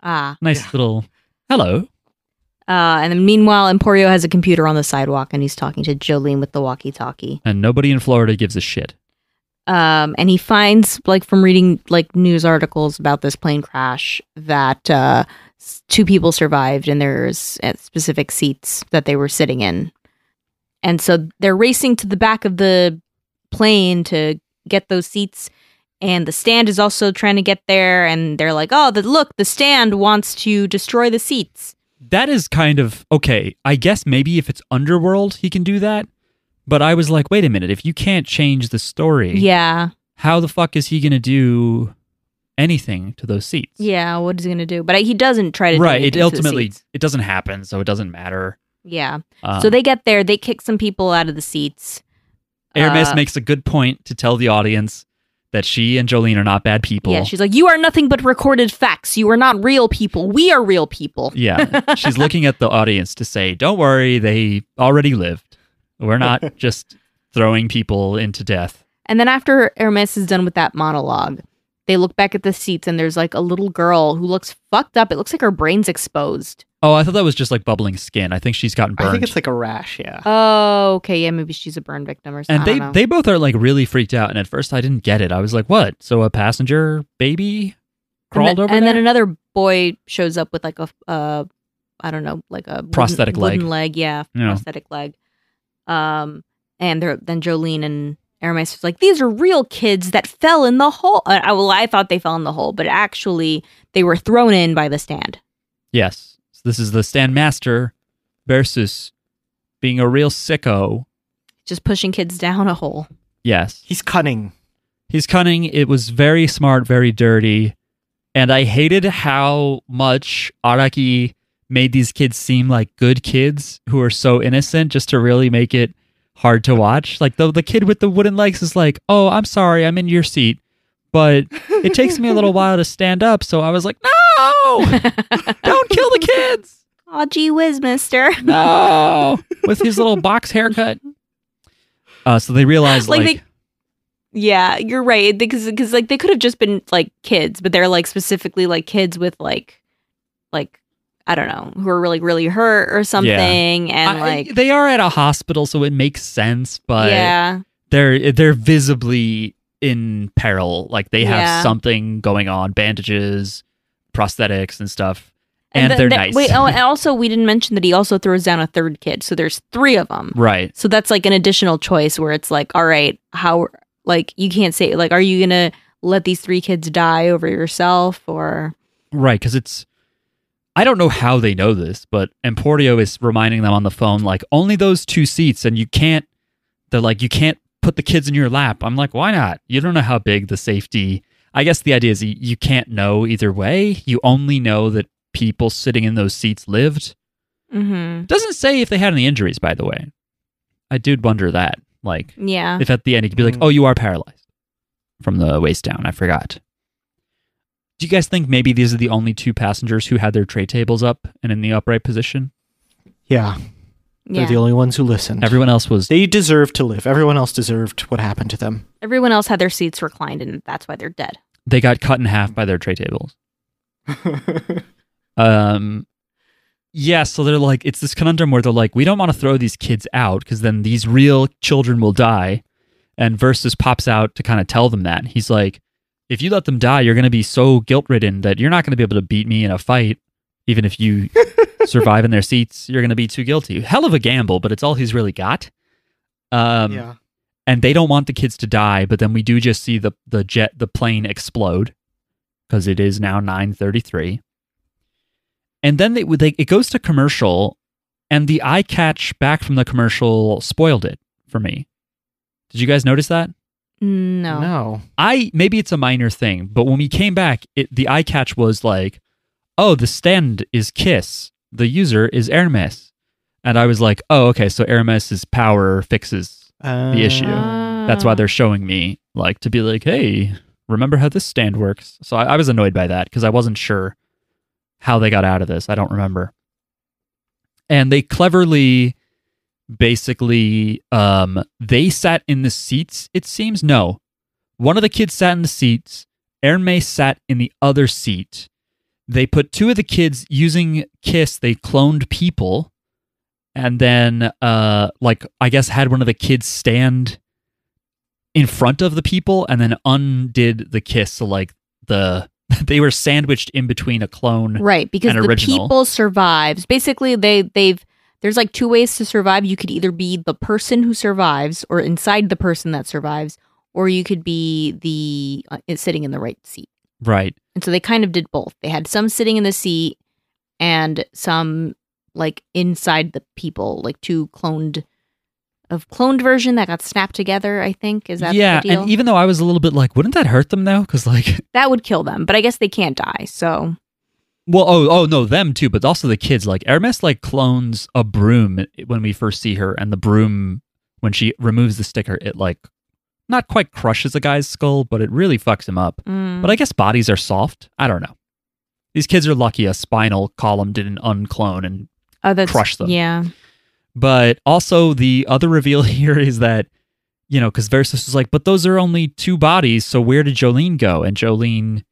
ah Nice Yeah. little hello. uh and then meanwhile Emporio has a computer on the sidewalk and he's talking to Jolene with the walkie-talkie. And nobody in Florida gives a shit. Um and he finds like from reading like news articles about this plane crash that uh s- two people survived and there's uh, specific seats that they were sitting in. And so they're racing to the back of the plane to get those seats and the stand is also trying to get there and they're like oh the, look the stand wants to destroy the seats that is kind of okay. I guess maybe if it's underworld, he can do that. But I was like, wait a minute, if you can't change the story, yeah how the fuck is he gonna do anything to those seats. Yeah, what is he going to do? But he doesn't try to do right. anything to It the ultimately seats. it doesn't happen, so it doesn't matter. yeah. Um, so they get there, they kick some people out of the seats. Aramis uh, makes a good point to tell the audience that she and Jolene are not bad people. Yeah, she's like, "You are nothing but recorded facts. You are not real people. We are real people." Yeah, she's looking at the audience to say, "Don't worry, they already lived. We're not just throwing people into death." And then after Aramis is done with that monologue, they look back at the seats and there's like a little girl who looks fucked up. It looks like her brain's exposed. Oh, I thought that was just like bubbling skin. I think she's gotten burned. I think it's like a rash. Yeah. Oh, okay, yeah, maybe she's a burn victim or something. and they they both are like really freaked out. And at first, I didn't get it. I was like, "What? So a passenger baby crawled and then, over and there?" then another boy shows up with like a uh, I don't know, like a wooden- Prosthetic leg. wooden leg, yeah, Yeah. prosthetic leg. Um, and they're, then Jolene and Aramis was like, "These are real kids that fell in the hole." Uh, I- well, I thought they fell in the hole, but actually they were thrown in by the stand. yes, so this is the stand master versus being a real sicko. Just pushing kids down a hole. Yes, He's cunning. He's cunning. It was very smart, very dirty. And I hated how much Araki made these kids seem like good kids who are so innocent just to really make it hard to watch. Like the the kid with the wooden legs is like, "Oh, I'm sorry. I'm in your seat." But it takes me a little while to stand up, so I was like, "No! Don't kill the kids." Oh, gee whiz, mister. No. With his little box haircut. Uh, so they realized Like, like, they- Yeah, you're right. Because because like they could have just been like kids, but they're like specifically like kids with like like I don't know who are really really hurt or something, and I- like they are at a hospital, so it makes sense. But yeah, they're they're visibly in peril. Like they have Yeah. something going on, bandages, prosthetics, and stuff. And, the- they're the- nice, Wait, oh, and also we didn't mention that he also throws down a third kid, so there's three of them. right? So that's like an additional choice where it's like, all right, how like you can't say like, are you gonna let these three kids die over yourself or Right, because it's. I don't know how they know this, but Emporio is reminding them on the phone, like only those two seats, and you can't. They're like, you can't put the kids in your lap. I'm like, why not? You don't know how big the safety. I guess the idea is you, you can't know either way. You only know that people sitting in those seats lived. mm-hmm. Doesn't say if they had any injuries, by the way. I did wonder that, like, yeah. if at the end it could be like, Mm. "Oh, you are paralyzed from the waist down." I forgot. Do you guys think maybe these are the only two passengers who had their tray tables up and in the upright position? Yeah. yeah. They're the only ones who listen. Everyone else was they deserve to live. Everyone else deserved what happened to them. Everyone else had their seats reclined, and that's why they're dead. they got cut in half by their tray tables. Um yeah, so they're like it's this conundrum where they're like we don't want to throw these kids out because then these real children will die. And Versus pops out to kind of tell them that. He's like if you let them die, you're going to be so guilt-ridden that you're not going to be able to beat me in a fight even if you survive in their seats, you're going to be too guilty. Hell of a gamble, but it's all he's really got. Um yeah. and they don't want the kids to die but then we do just see the the jet the plane explode because it is now 9:33 and then they, they it goes to commercial and the eye catch back from the commercial spoiled it for me did you guys notice that No. No. I maybe it's a minor thing, but when we came back, it, the eye catch was like, "Oh, the stand is Kiss, the user is Hermes," and I was like, "Oh, okay, so Hermes's power fixes Uh, The issue. Ah. that's why they're showing me like to be like hey remember how this stand works so i, I was annoyed by that because i wasn't sure how they got out of this i don't remember and they cleverly basically um they sat in the seats it seems no one of the kids sat in the seats Hermes sat in the other seat they put two of the kids using kiss they cloned people and then uh like i guess had one of the kids stand in front of the people and then undid the kiss so like the they were sandwiched in between a clone Right, because And the original. people survives. Basically, they they've there's like two ways to survive. You could either be the person who survives, or inside the person that survives, or you could be the uh, is sitting in the right seat. right And so they kind of did both. They had some sitting in the seat, and some like inside the people, like two cloned of cloned version that got snapped together. I think is that yeah, the deal? and e even though I was a little bit like, wouldn't that hurt them though? Because like, that would kill them, but I guess they can't die. So well, oh, oh no, them too, but also the kids. Like Aramis like clones a broom when we first see her, and the broom when she removes the sticker, it like not quite crushes a guy's skull, but it really fucks him up. mm. But I guess bodies are soft. I don't know. These kids are lucky a spinal column didn't unclone and oh, that's, crush them. Yeah, But also, the other reveal here is that, you know, because Versus was like, but those are only two bodies. So where did Jolene go? And Jolene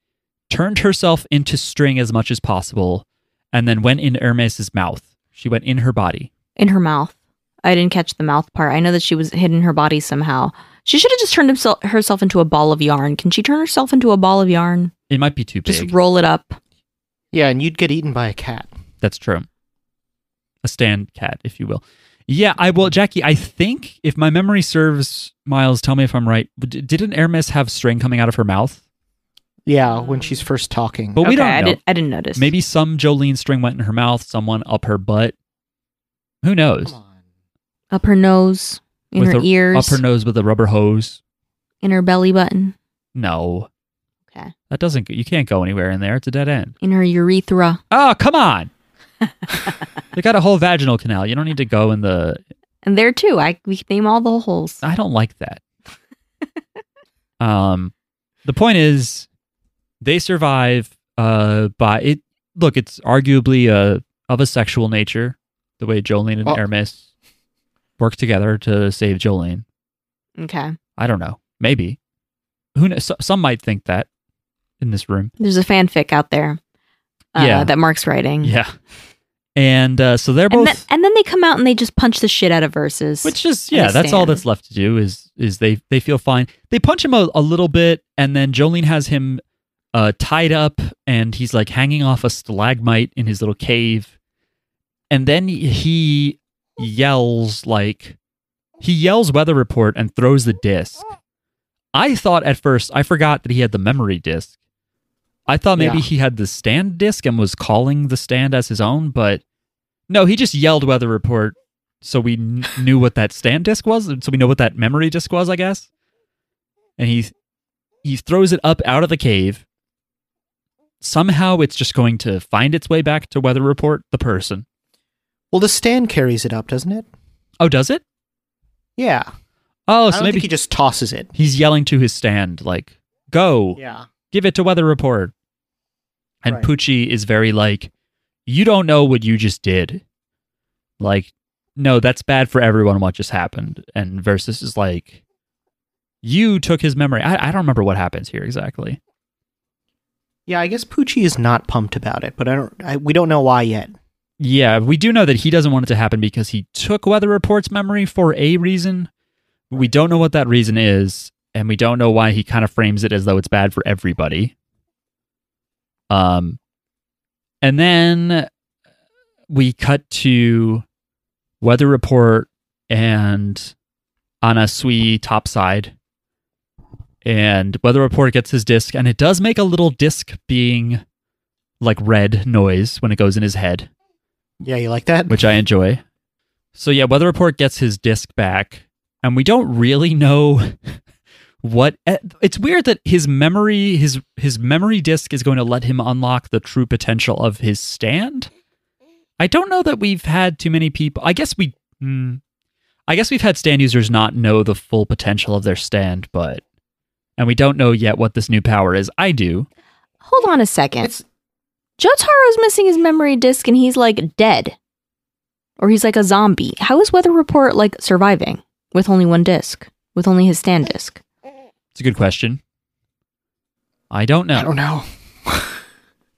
turned herself into string as much as possible and then went in Hermes's mouth. She went in her body. in her mouth. I didn't catch the mouth part. I know that she was hidden her body somehow. She should have just turned himself, herself into a ball of yarn. Can she turn herself into a ball of yarn? It might be too big. Just roll it up. Yeah, and you'd get eaten by a cat. That's true. A stand cat, if you will. Yeah, I will, Jackie. I think if my memory serves, Miles, tell me if I'm right. D- didn't Aramis have string coming out of her mouth? Yeah, when she's first talking. But we okay, don't know. I, did, I didn't notice. Maybe some Jolene string went in her mouth, someone up her butt. Who knows? on. up her nose, in With her a- ears, Up her nose with a rubber hose. in her belly button, No, okay, that doesn't. go- You can't go anywhere in there. It's a dead end. in her urethra, Oh, come on. they got a whole vaginal canal. You don't need to go in the. and there too. I we could name all the holes. I don't like that. um, the point is, they survive. Uh, by it. Look, it's arguably uh of a sexual nature. The way Jolene and Oh. Aramis work together to save Jolene. Okay, I don't know. Maybe. Who knows? Some might think that in this room. there's a fanfic out there. Uh, Yeah. that Mark's writing. Yeah. And uh, so they're and both, then, and then they come out and they just punch the shit out of verses. which is and yeah, they that's all stand. that's left to do is is they they feel fine. They punch him a, a little bit, and then Jolene has him uh, tied up, and he's like hanging off a stalagmite in his little cave, and then he yells like he yells weather report and throws the disc. I thought at first I forgot that he had the memory disc. I thought maybe Yeah. he had the stand disc and was calling the stand as his own, but no, he just yelled weather report so we kn- knew what that stand disc was, so we know what that memory disc was, I guess. And he he throws it up out of the cave. Somehow it's just going to find its way back to weather report the person. Well, the stand carries it up, doesn't it? Oh, does it? Yeah. Oh, I so don't maybe think he just tosses it. he's yelling to his stand like, "Go." Yeah. give it to Weather Report. And Right. Pucci is very like, you don't know what you just did. Like, no, that's bad for everyone what just happened. And Versus is like, you took his memory. I, I don't remember what happens here exactly. Yeah, I guess Poochie is not pumped about it, but I don't. I, we don't know why yet. Yeah, we do know that he doesn't want it to happen because he took Weather Report's memory for a reason. We don't know what that reason is, and we don't know why he kind of frames it as though it's bad for everybody. Um, and then we cut to Weather Report and Anna Sui topside, and Weather Report gets his disc, and it does make a little disc being like red noise when it goes in his head Yeah, you like that? which I enjoy. So yeah, Weather Report gets his disc back, and we don't really know what. eh, It's weird that his memory, his his memory disc, is going to let him unlock the true potential of his stand. I don't know that we've had too many people. I guess we, hmm, I guess we've had stand users not know the full potential of their stand, but and we don't know yet what this new power is. I do. Hold on a second. It's- Jotaro's missing his memory disk and he's like dead. Or he's like a zombie. How is Weather Report like surviving with only one disk? With only his stand disk? It's a good question. I don't know. I don't know.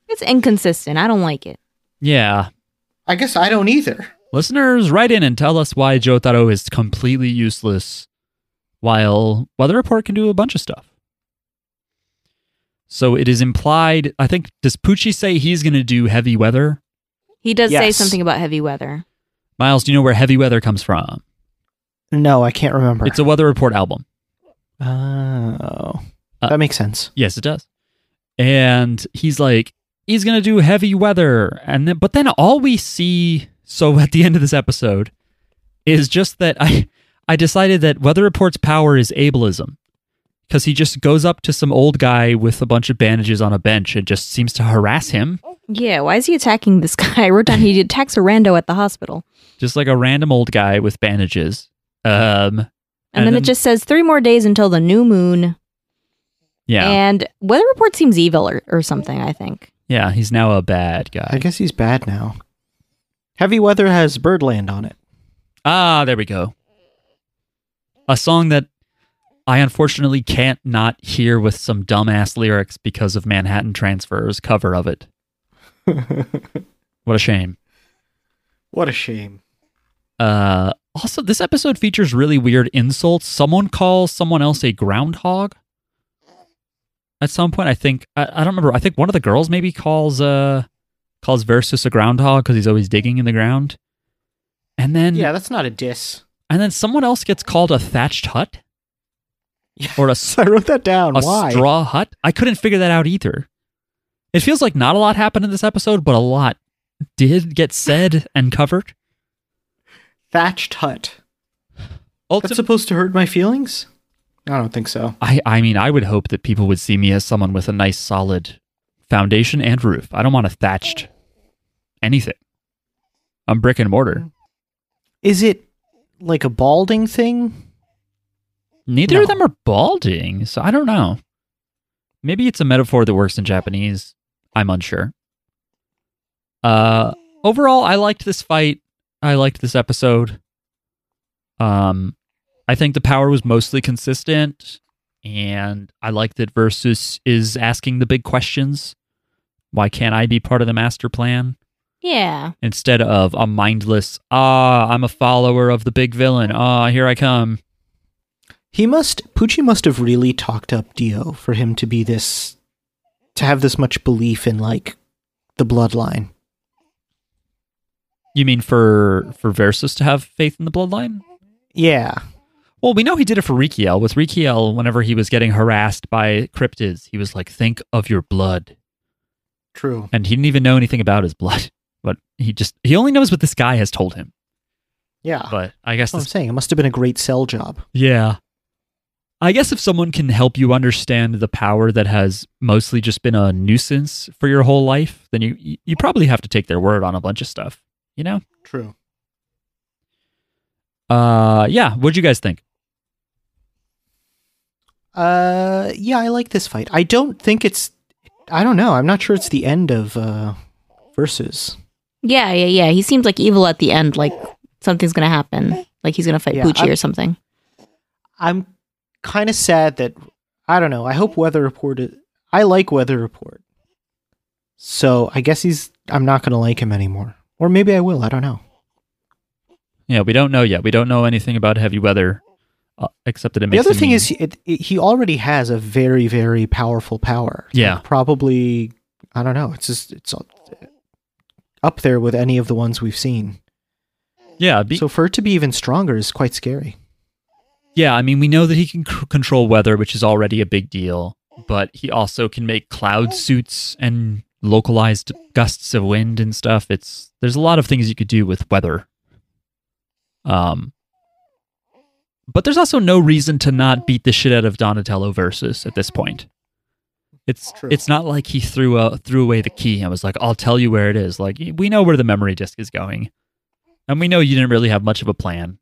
It's inconsistent. I don't like it. Yeah. I guess I don't either. Listeners, write in and tell us why Jotaro is completely useless while Weather Report can do a bunch of stuff. So it is implied, I think, does Pucci say he's going to do heavy weather? He does say Yes. something about heavy weather. Miles, do you know where heavy weather comes from? No, I can't remember. It's a Weather Report album. oh, Uh, that makes sense. Yes, it does. And he's like, he's gonna do heavy weather, and then but then all we see so at the end of this episode is just that I I decided that Weather Report's power is ableism because he just goes up to some old guy with a bunch of bandages on a bench and just seems to harass him, Yeah, why is he attacking this guy? I wrote down he attacks a rando at the hospital. just like a random old guy with bandages. Um, And, then, it just says three more days until the new moon. yeah, And weather report seems evil or, or something, I think. yeah, he's now a bad guy. I guess he's bad now. Heavy Weather has Birdland on it. Ah, there we go. A song that I unfortunately can't not hear with some dumbass lyrics because of Manhattan Transfer's cover of it. What a shame. what a shame. Uh, also, this episode features really weird insults. Someone calls someone else a groundhog. At some point, I think I, I don't remember. I think one of the girls maybe calls uh calls Versus a groundhog because he's always digging in the ground. And then Yeah, that's not a diss. and then someone else gets called a thatched hut Yeah. or a I wrote that down. a Why? straw hut. I couldn't figure that out either. It feels like not a lot happened in this episode, but a lot did get said and covered. Thatched hut. That's Ultimately, supposed to hurt my feelings? I don't think so. I, I mean, I would hope that people would see me as someone with a nice, solid foundation and roof. I don't want a thatched anything. I'm brick and mortar. Is it like a balding thing? Neither of No. them are balding, so I don't know. Maybe it's a metaphor that works in Japanese. I'm unsure. Uh overall I liked this fight. I liked this episode. Um I think the power was mostly consistent and I like that Versus is asking the big questions. Why can't I be part of the master plan? Yeah. Instead of a mindless, ah, I'm a follower of the big villain. Ah, here I come. He must Pucci must have really talked up Dio for him to be this to have this much belief in like the bloodline. You mean for for Versus to have faith in the bloodline? Yeah. Well, we know he did it for Rikiel. With Rikiel, whenever he was getting harassed by cryptids, he was like, "Think of your blood," True. and he didn't even know anything about his blood. But he just he only knows what this guy has told him. Yeah. But I guess That's what I'm this, saying. It must have been a great sell job. yeah. I guess if someone can help you understand the power that has mostly just been a nuisance for your whole life, then you you probably have to take their word on a bunch of stuff, you know? True. Uh yeah, what'd you guys think? Uh yeah, I like this fight. I don't think it's I don't know. I'm not sure it's the end of uh versus. Yeah, yeah, yeah. He seems like evil at the end, like something's going to happen. Like he's going to fight Yeah, Poochie I'm- or something. I'm kind of sad that I don't know. I hope Weather Report. Is, I like Weather Report, so I guess he's. I'm not gonna like him anymore, or maybe I will. I don't know. Yeah, we don't know yet. We don't know anything about heavy weather uh, except that it The makes other him thing mean. is, it, it, he already has a very, very powerful power. Like, Yeah. probably. I don't know. It's just it's up there with any of the ones we've seen. Yeah, be, so for it to be even stronger is quite scary. yeah. I mean, we know that he can c- control weather, which is already a big deal, but he also can make cloud suits and localized gusts of wind and stuff. It's there's a lot of things you could do with weather. Um, but there's also no reason to not beat the shit out of Donatello versus at this point. It's True. it's not like he threw a, threw away the key and was like, "I'll tell you where it is." Like we know where the memory disk is going, and we know you didn't really have much of a plan.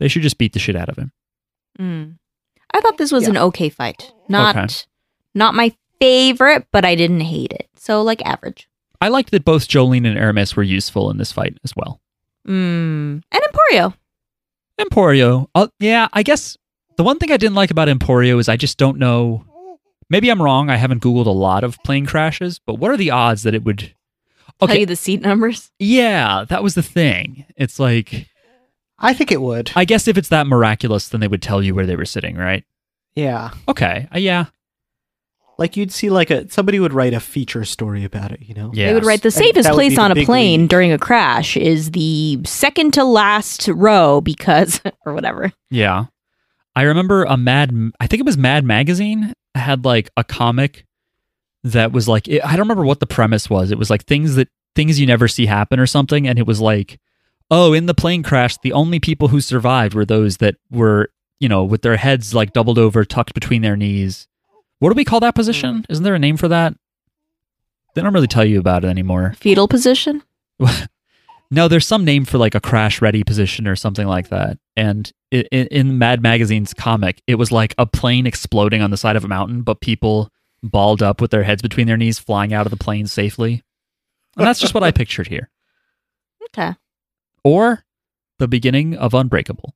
They should just beat the shit out of him. Mm. I thought this was Yeah. an okay fight. Not Okay. not my favorite, but I didn't hate it. So like average. I liked that both Jolene and Aramis were useful in this fight as well. Mm. And Emporio. Emporio, uh, yeah, I guess the one thing I didn't like about Emporio is I just don't know. Maybe I'm wrong. I haven't Googled a lot of plane crashes, but what are the odds that it would? Tell Okay, you the seat numbers. yeah, that was the thing. It's like I think it would. I guess if it's that miraculous, then they would tell you where they were sitting, right? yeah, Okay, uh, yeah, like you'd see like a somebody would write a feature story about it. You know. yeah. They would write the And safest that would be place the on a big plane lead. during a crash is the second to last row because or whatever. Yeah. I remember a Mad, I think it was Mad Magazine, had like a comic that was like, I don't remember what the premise was. It was like things that, things you never see happen or something. And it was like, oh, in the plane crash, the only people who survived were those that were, you know, with their heads like doubled over, tucked between their knees. What do we call that position? Isn't there a name for that? They don't really tell you about it anymore. Fetal position? No, there's some name for like a crash ready position or something like that. And i i in Mad Magazine's comic, it was like a plane exploding on the side of a mountain, but people balled up with their heads between their knees flying out of the plane safely. And that's just what I pictured here. Okay. Or the beginning of Unbreakable.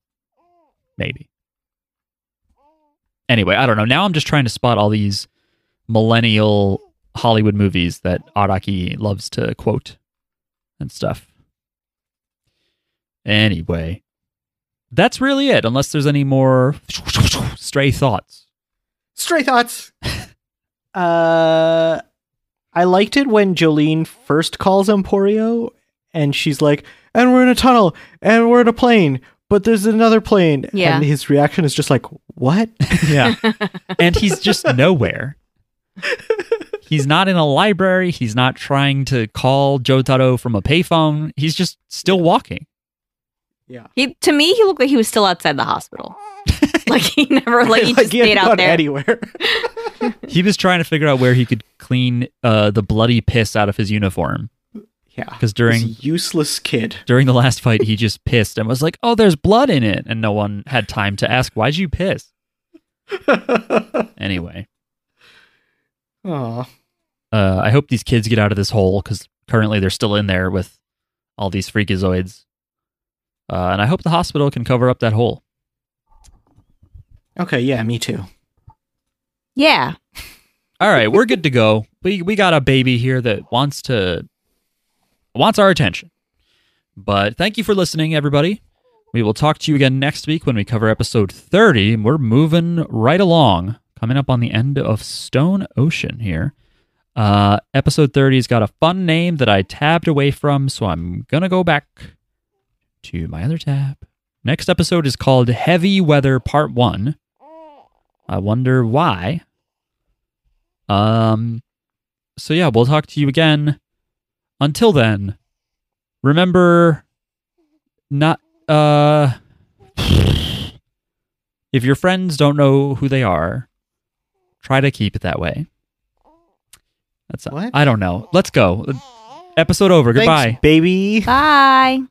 Maybe. Anyway, I don't know. Now I'm just trying to spot all these millennial Hollywood movies that Araki loves to quote and stuff. Anyway, that's really it, unless there's any more stray thoughts. Stray thoughts. uh, I liked it when Jolene first calls Emporio, and she's like, "And we're in a tunnel, and we're in a plane, but there's another plane." Yeah. And his reaction is just like, "What?" Yeah. and he's just nowhere. He's not in a library. He's not trying to call Jotaro from a payphone. He's just still walking. He to me he looked like he was still outside the hospital. like he never like he just he hadn't stayed out gone there. anywhere. He was trying to figure out where he could clean uh, the bloody piss out of his uniform yeah. because This during useless kid. during the last fight he just pissed and was like, "Oh, there's blood in it," and no one had time to ask, "Why'd you piss?" Anyway, Aw. uh, I hope these kids get out of this hole because currently they're still in there with all these freakazoids, uh, and I hope the hospital can cover up that hole. Okay. Yeah. Me too. Yeah. All right, we're good to go. We we got a baby here that wants to wants our attention. But thank you for listening, everybody. We will talk to you again next week when we cover episode 30. We're moving right along, coming up on the end of Stone Ocean here. Uh, episode 30's got a fun name that I tabbed away from, so I'm going to go back to my other tab. Next episode is called Heavy Weather Part 1. I wonder why. Um so yeah, we'll talk to you again. Until then, remember not uh if your friends don't know who they are, try to keep it that way. That's What? I don't know. Let's go. Episode over. Thanks, Goodbye. baby. Bye.